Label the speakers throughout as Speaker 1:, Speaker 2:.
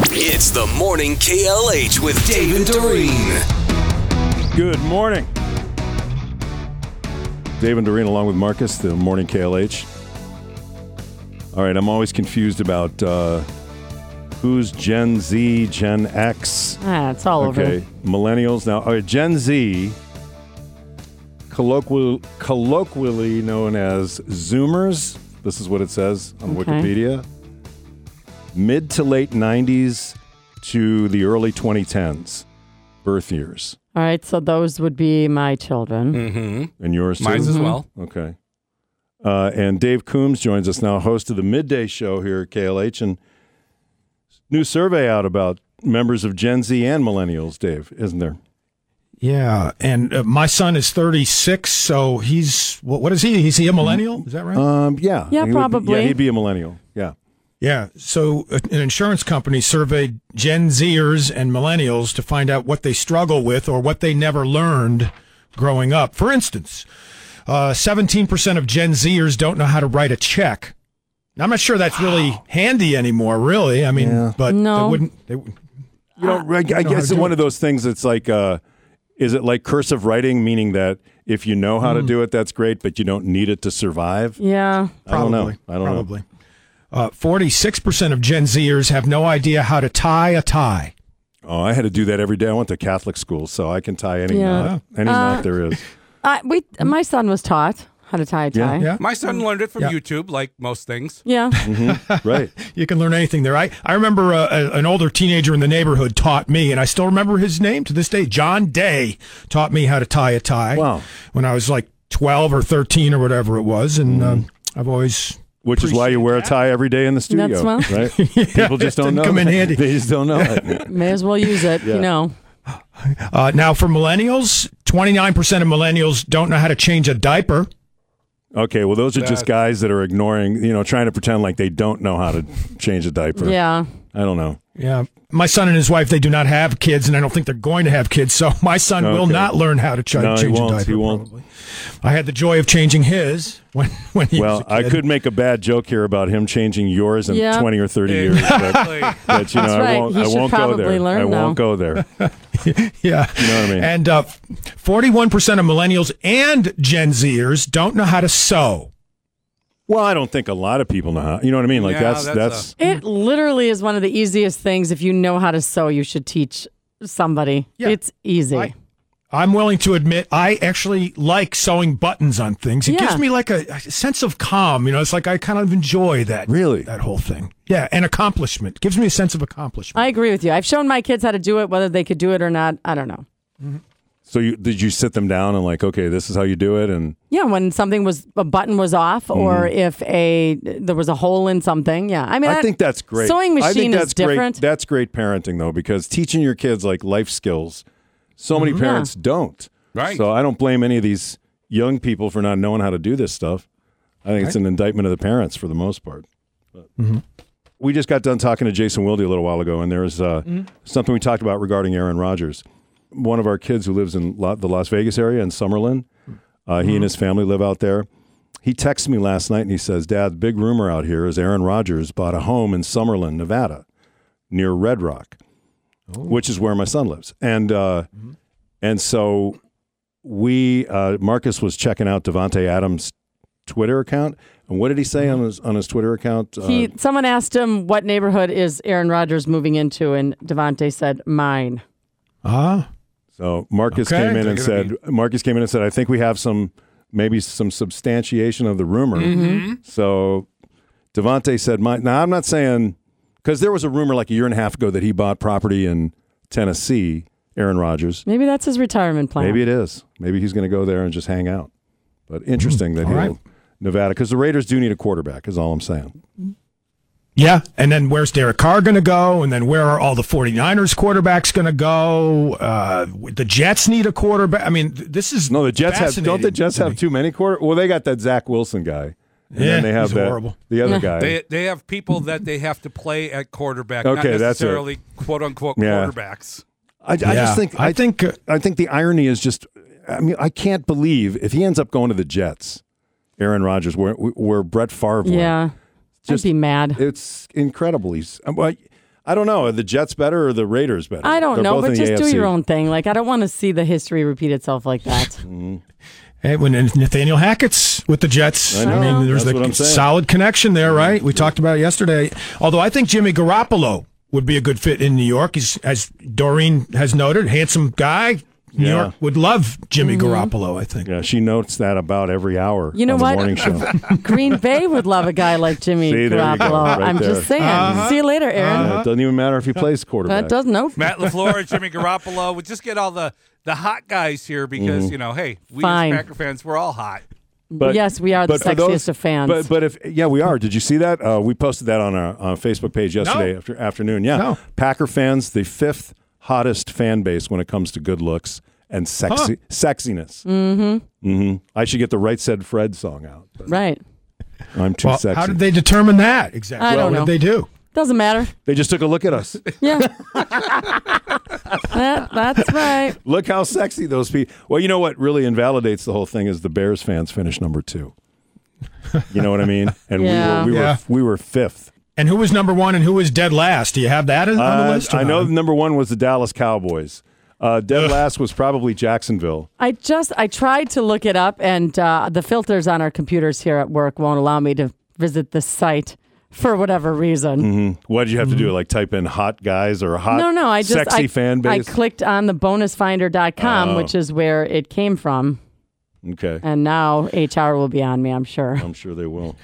Speaker 1: It's the morning KLH with Dave and Doreen.
Speaker 2: Good morning. Dave and Doreen, along with Marcus, the morning KLH. All right, I'm always confused about uh, who's Gen Z, Gen X.
Speaker 3: Ah, it's all
Speaker 2: Okay,
Speaker 3: over.
Speaker 2: millennials now. All right, Gen Z, colloquial, colloquially known as Zoomers. This is what it says on
Speaker 3: Okay.
Speaker 2: Wikipedia. Mid to late 90s to the early 2010s, birth years.
Speaker 3: All right, so those would be my children.
Speaker 2: Hmm. And yours too? Mm-hmm.
Speaker 4: Mine's as well.
Speaker 2: Okay. Uh, and Dave Coombs joins us now, host of the midday show here at KLH. And new survey out about members of Gen Z and millennials, Dave, isn't there?
Speaker 5: Yeah, and uh, my son is 36, so he's what, what is he? Is he a millennial? Is that right?
Speaker 2: Um, yeah.
Speaker 3: Yeah,
Speaker 2: He would-
Speaker 3: probably. Uh,
Speaker 2: yeah, he'd be a millennial. Yeah.
Speaker 5: yeah. So uh, an insurance company surveyed Gen Zers and millennials to find out what they struggle with or what they never learned growing up. For instance, uh, 17% of Gen Zers don't know how to write a check. Now, I'm not sure that's really handy anymore, really. I mean,
Speaker 2: Yeah.
Speaker 5: but
Speaker 3: No.
Speaker 5: they wouldn't. They, wouldn't-
Speaker 2: You don't, I, I guess it's
Speaker 5: do
Speaker 2: one of those things that's like, uh, is it like cursive writing, meaning that if you know how to do it, that's great, but you don't need it to survive?
Speaker 3: Mm. Yeah.
Speaker 2: I don't know.
Speaker 5: Probably.
Speaker 2: I don't know.
Speaker 5: probably. Uh, 46% of Gen Zers have no idea how to tie a tie.
Speaker 2: Oh, I had to do that every day. I went to Catholic school, so I can tie any
Speaker 3: Yeah. Uh,
Speaker 2: knot, any knot there is.
Speaker 3: I, we, my son was taught how to tie a tie.
Speaker 5: Yeah.
Speaker 4: Hmm? My son learned it from
Speaker 5: Yeah.
Speaker 4: YouTube, like most things.
Speaker 3: Yeah.
Speaker 2: Right.
Speaker 5: You can learn anything there. I, I remember uh, a, an older teenager in the neighborhood taught me, and I still remember his name to this day. John Day taught me how to tie a tie.
Speaker 2: Wow.
Speaker 5: When I was like 12 or 13 or whatever it was. And
Speaker 2: Mm.
Speaker 5: um, I've always.
Speaker 2: Which is why you wear a tie every day in the studio,
Speaker 3: That's well-
Speaker 2: right? People just
Speaker 5: it
Speaker 2: don't
Speaker 5: didn't
Speaker 2: know.
Speaker 5: come in handy.
Speaker 2: They just don't know. it.
Speaker 3: May as well use it,
Speaker 2: Yeah.
Speaker 3: you know.
Speaker 5: Uh, now, for millennials, 29% of millennials don't know how to change a diaper.
Speaker 2: Okay, well, those are
Speaker 4: That's-
Speaker 2: just guys that are ignoring, you know, trying to pretend like they don't know how to change a diaper.
Speaker 3: Yeah.
Speaker 2: I don't know.
Speaker 5: Yeah. My son and his wife, they do not have kids, and I don't think they're going to have kids. So my son will
Speaker 2: Okay.
Speaker 5: not learn how to try
Speaker 2: No,
Speaker 5: to
Speaker 2: he
Speaker 5: change
Speaker 2: won't.
Speaker 5: a diaper.
Speaker 2: He won't.
Speaker 5: probably. I had the joy of changing his when, when he was
Speaker 2: Well,
Speaker 5: a
Speaker 2: I
Speaker 5: kid.
Speaker 2: could make a bad joke here about him changing yours in
Speaker 3: Yeah.
Speaker 2: 20 or 30 years, but,
Speaker 4: Exactly.
Speaker 2: but you know,
Speaker 3: That's
Speaker 2: I
Speaker 3: right.
Speaker 2: won't,
Speaker 3: He
Speaker 2: I
Speaker 3: should
Speaker 2: won't go
Speaker 3: probably
Speaker 2: there.
Speaker 3: learn
Speaker 2: I
Speaker 3: now.
Speaker 2: won't go there.
Speaker 5: Yeah. You
Speaker 2: know what I mean?
Speaker 5: And uh, 41% of millennials and Gen Zers don't know how to sew.
Speaker 2: Well, I don't think a lot of people know how. You know what I mean? Like
Speaker 4: Yeah,
Speaker 2: that's
Speaker 4: that's
Speaker 2: that's,
Speaker 3: It literally is one of the easiest things. If you know how to sew, you should teach somebody.
Speaker 5: Yeah.
Speaker 3: It's easy.
Speaker 5: I- I'm willing to admit I actually like sewing buttons on things. It
Speaker 3: Yeah.
Speaker 5: gives me like a, a sense of calm. You know, it's like I kind of enjoy that.
Speaker 2: Really?
Speaker 5: That whole thing. Yeah. And accomplishment. Gives me a sense of accomplishment.
Speaker 3: I agree with you. I've shown my kids how to do it, whether they could do it or not. I don't know.
Speaker 2: So you did you sit them down and like, okay, this is how you do it and
Speaker 3: Yeah, when something was a button was off,
Speaker 2: Hmm.
Speaker 3: or if a there was a hole in something. Yeah, I mean,
Speaker 2: I think that's great.
Speaker 3: Sewing
Speaker 2: I
Speaker 3: machine
Speaker 2: think that's
Speaker 3: is different.
Speaker 2: Great. That's great parenting though, because teaching your kids like life skills, so
Speaker 3: Mm-hmm.
Speaker 2: many parents don't.
Speaker 4: Right.
Speaker 2: So I don't blame any of these young people for not knowing how to do this stuff. I think it's an indictment of the parents for the most part. But We just got done talking to Jason Wilde a little while ago, and there was uh, something we talked about regarding Aaron Rodgers. One of our kids who lives in La- the Las Vegas area in Summerlin, uh, he and his family live out there. He texted me last night and he says, Dad, the big rumor out here is Aaron Rodgers bought a home in Summerlin, Nevada, near Red Rock, which is where my son lives. And uh, and so we uh, Marcus was checking out Devonte Adams' Twitter account. And what did he say on his on his Twitter account? Uh,
Speaker 3: He someone asked him what neighborhood is Aaron Rodgers moving into, and Devontae said mine.
Speaker 5: Ah.
Speaker 2: so Marcus
Speaker 5: Okay.
Speaker 2: came in and
Speaker 4: Take it
Speaker 2: said, Marcus came in and said, I think we have some maybe some substantiation of the rumor. So Devonte said, my, now I'm not saying because there was a rumor like a year and a half ago that he bought property in Tennessee, Aaron Rodgers.
Speaker 3: Maybe that's his retirement plan.
Speaker 2: Maybe it is. Maybe he's going to go there and just hang out. But interesting that
Speaker 5: all
Speaker 2: he'll
Speaker 5: right.
Speaker 2: Nevada because the Raiders do need a quarterback. Is all I'm saying.
Speaker 5: Yeah. And then where's Derek Carr going to go? And then where are all the 49ers quarterbacks going to go? Uh, the Jets need a quarterback. I mean, th- this is.
Speaker 2: No, the Jets have. Don't the
Speaker 5: fascinating
Speaker 2: Jets
Speaker 5: to
Speaker 2: have
Speaker 5: me.
Speaker 2: too many quarter? Well, they got that Zach Wilson guy. And
Speaker 5: Yeah,
Speaker 2: then they have
Speaker 5: he's
Speaker 2: that,
Speaker 5: horrible.
Speaker 2: the other guy.
Speaker 4: They, they have people that they have to play at quarterback, not
Speaker 2: Okay, that's it.
Speaker 4: necessarily quote unquote
Speaker 2: Yeah.
Speaker 4: quarterbacks.
Speaker 2: I, I
Speaker 5: Yeah.
Speaker 2: just think.
Speaker 5: I
Speaker 2: I think.
Speaker 5: think. uh,
Speaker 2: I think the irony is just. I mean, I can't believe if he ends up going to the Jets, Aaron Rodgers, where where Brett Favre went.
Speaker 3: Yeah,
Speaker 2: Just-
Speaker 3: I'd be mad.
Speaker 2: It's incredible. He's, um, I, I don't know. Are the Jets better or the Raiders better?
Speaker 3: I don't
Speaker 2: They're
Speaker 3: know,
Speaker 2: both
Speaker 3: but
Speaker 2: in the
Speaker 3: just do
Speaker 2: AFC.
Speaker 3: your own thing. Like I don't want to see the history repeat itself like that.
Speaker 5: Hey, when and Nathaniel Hackett's with the Jets,
Speaker 2: I know.
Speaker 5: mean, there's
Speaker 2: That's what
Speaker 5: the
Speaker 2: I'm saying.
Speaker 5: solid connection there, right? We talked about it yesterday. Although I think Jimmy Garoppolo would be a good fit in New York. He's as Doreen has noted, handsome guy. New
Speaker 2: Yeah.
Speaker 5: York would love Jimmy
Speaker 3: Mm-hmm.
Speaker 5: Garoppolo. I think.
Speaker 2: Yeah, she notes that about every hour.
Speaker 3: You know
Speaker 2: on the
Speaker 3: what?
Speaker 2: Morning show.
Speaker 3: Green Bay would love a guy like Jimmy
Speaker 2: See, there you go,
Speaker 3: Garoppolo.
Speaker 2: right
Speaker 3: I'm
Speaker 2: there. Uh-huh.
Speaker 3: just saying. See you later, Aaron.
Speaker 2: Yeah, it doesn't even matter if he plays quarterback.
Speaker 3: That does no.
Speaker 4: Matt LaFleur, Jimmy Garoppolo. We just get all the, the hot guys here because,
Speaker 2: Mm-hmm.
Speaker 4: you know, hey, we
Speaker 3: Fine.
Speaker 4: as Packer fans, we're all hot.
Speaker 2: But-
Speaker 3: Yes, we are the
Speaker 2: but for
Speaker 3: sexiest of fans.
Speaker 2: But, but if yeah, we are. Did you see that? Uh, we posted that on our on Facebook page yesterday after afternoon. Yeah,
Speaker 5: No.
Speaker 2: Packer fans, the fifth hottest fan base when it comes to good looks and sexy sexiness. Mm-hmm. Mm-hmm. I should get the Right Said Fred song out. but
Speaker 3: Right.
Speaker 2: I'm too
Speaker 5: Well,
Speaker 2: sexy.
Speaker 5: how did they determine that exactly?
Speaker 3: I
Speaker 5: what
Speaker 3: don't
Speaker 5: did
Speaker 3: know.
Speaker 5: they do?
Speaker 3: Doesn't matter.
Speaker 2: They just took a look at us.
Speaker 3: Yeah. that, that's right.
Speaker 2: look how sexy those people. Well, you know what really invalidates the whole thing is the Bears fans finish number two. You know what I mean? And
Speaker 3: Yeah.
Speaker 2: we were we
Speaker 5: Yeah.
Speaker 2: were we were fifth.
Speaker 5: And who was number one and who was dead last? Do you have that in- on the
Speaker 2: Uh,
Speaker 5: list? or
Speaker 2: I
Speaker 5: not?
Speaker 2: know number one was the Dallas Cowboys. Uh, dead last was probably Jacksonville.
Speaker 3: I just I tried to look it up, and uh, the filters on our computers here at work won't allow me to visit the site for whatever reason.
Speaker 2: What did you have to do? Like type in hot guys or hot?
Speaker 3: No, no, I just
Speaker 2: sexy
Speaker 3: I,
Speaker 2: fan base. Oh.
Speaker 3: I clicked on the bonusfinder.com, which is where it came from,
Speaker 2: okay,
Speaker 3: and now HR will be on me, I'm sure.
Speaker 2: I'm sure they will.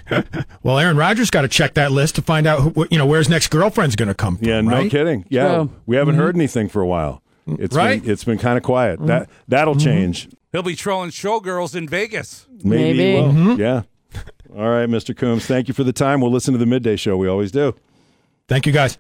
Speaker 5: Well, Aaron Rodgers got to check that list to find out who, what- you know where his next girlfriend's going to come from.
Speaker 2: Yeah,
Speaker 5: right?
Speaker 2: no kidding. Yeah,
Speaker 3: True.
Speaker 2: we haven't heard anything for a while. It's
Speaker 5: Right.
Speaker 2: been, it's been kind of quiet. That that'll change.
Speaker 4: He'll be trolling showgirls in Vegas.
Speaker 2: Maybe.
Speaker 3: Maybe.
Speaker 2: it will. Yeah. All right, Mr. Coombs. Thank you for the time. We'll listen to the midday show. We always do.
Speaker 5: Thank you, guys.